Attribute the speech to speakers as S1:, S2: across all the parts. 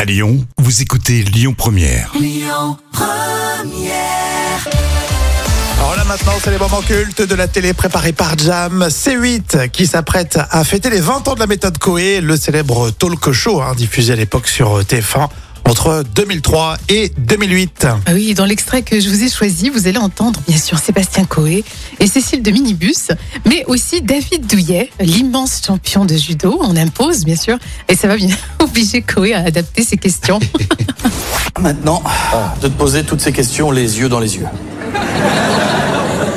S1: À Lyon, vous écoutez Lyon Première.
S2: Alors là maintenant, c'est les moments cultes de la télé préparés par Jam. C8 qui s'apprête à fêter les 20 ans de la méthode Coé, le célèbre talk show hein, diffusé à l'époque sur TF1 entre 2003 et 2008.
S3: Ah oui, dans l'extrait que je vous ai choisi, vous allez entendre bien sûr Sébastien Coé et Cécile de Minibus, mais aussi David Douillet, l'immense champion de judo. On impose bien sûr, et ça va bien obliger Coé à adapter ses questions.
S4: Maintenant, de te poser toutes ces questions les yeux dans les yeux.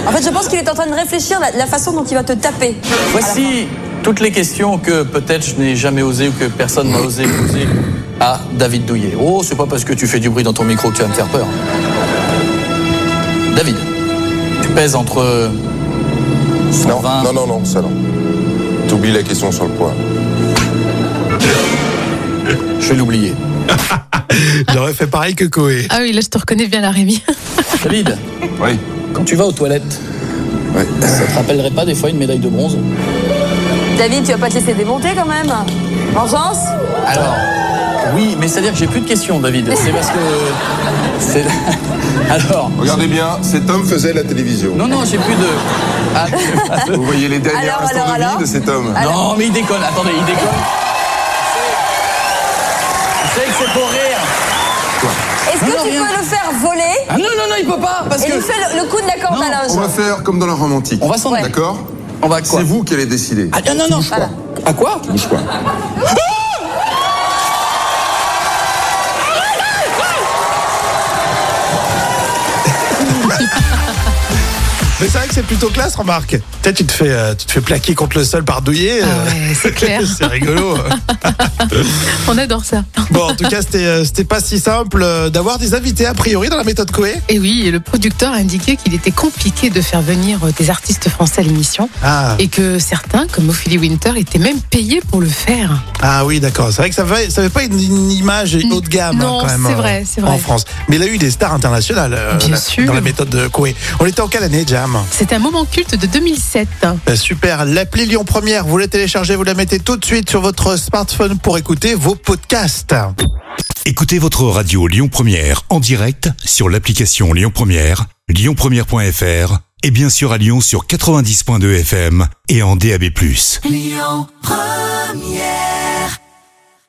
S5: En fait, je pense qu'il est en train de réfléchir la, la façon dont il va te taper.
S4: Voici toutes les questions que peut-être je n'ai jamais osé ou que personne n'a osé poser à David Douillet. Oh, c'est pas parce que tu fais du bruit dans ton micro que tu vas me faire peur. David, tu pèses entre
S6: Non,
S4: 120,
S6: non, non, non, ça non. T'oublies la question sur le poids.
S4: je vais l'oublier.
S2: J'aurais fait pareil que Coé.
S3: ah oui, là je te reconnais bien, la Rémi.
S4: David,
S6: Oui.
S4: quand tu vas aux toilettes,
S6: Ouais.
S4: ça te rappellerait pas des fois une médaille de bronze
S5: David, tu vas pas te laisser démonter quand même Vengeance
S4: Alors, oui, mais c'est-à-dire que j'ai plus de questions, David. C'est parce que. c'est- Alors.
S6: Regardez bien, cet homme faisait la télévision.
S4: Non, non, j'ai plus de. Ah,
S6: Vous voyez les derniers
S5: Alors,
S6: instants
S5: alors,
S6: de
S5: alors
S6: vie de cet homme.
S4: Non, mais il déconne. Attendez, il déconne. C'est que c'est pour rire.
S5: Est-ce que
S4: Non, non,
S5: tu
S4: rien.
S5: peux le faire voler
S4: Ah non, non, non, il peut pas. Parce
S5: et
S4: que.
S5: lui faire le, le coup de la corde
S4: Non,
S5: à
S6: On va
S5: linge
S6: faire comme dans la romantique.
S4: On va s'en- Ouais.
S6: D'accord
S4: On va quoi
S6: C'est vous qui allez décider.
S4: Ah non, non, non.
S5: Voilà.
S4: À quoi
S6: Bouge pas.
S2: Mais c'est vrai que c'est plutôt classe, remarque. Peut-être tu te fais, euh, tu te fais plaquer contre le sol par Douillet.
S3: Ah
S2: euh,
S3: ouais, c'est clair.
S2: c'est rigolo.
S3: On adore ça.
S2: bon, en tout cas, c'était euh, c'était pas si simple euh, d'avoir des invités a priori dans la méthode Coé.
S3: Et oui, et le producteur a indiqué qu'il était compliqué de faire venir euh, des artistes français à l'émission
S2: Ah,
S3: et que certains, comme Ophélie Winter, étaient même payés pour le faire.
S2: ah oui, d'accord. C'est vrai que ça fait, ça fait pas une, une image haut de gamme hein,
S3: Non,
S2: quand même
S3: c'est
S2: euh,
S3: vrai, c'est vrai.
S2: en France. Mais il a eu des stars internationales euh,
S3: Bien
S2: dans
S3: sûr.
S2: la méthode de Coé. On était en quelle année, Jam
S3: C'est un moment culte de 2007.
S2: Euh, Super. L'appli Lyon Première, vous la téléchargez, vous la mettez tout de suite sur votre smartphone pour écouter vos podcasts.
S1: Écoutez votre radio Lyon Première en direct sur l'application Lyon Première, lyonpremière.fr et bien sûr à Lyon sur 90.2 FM et en DAB+.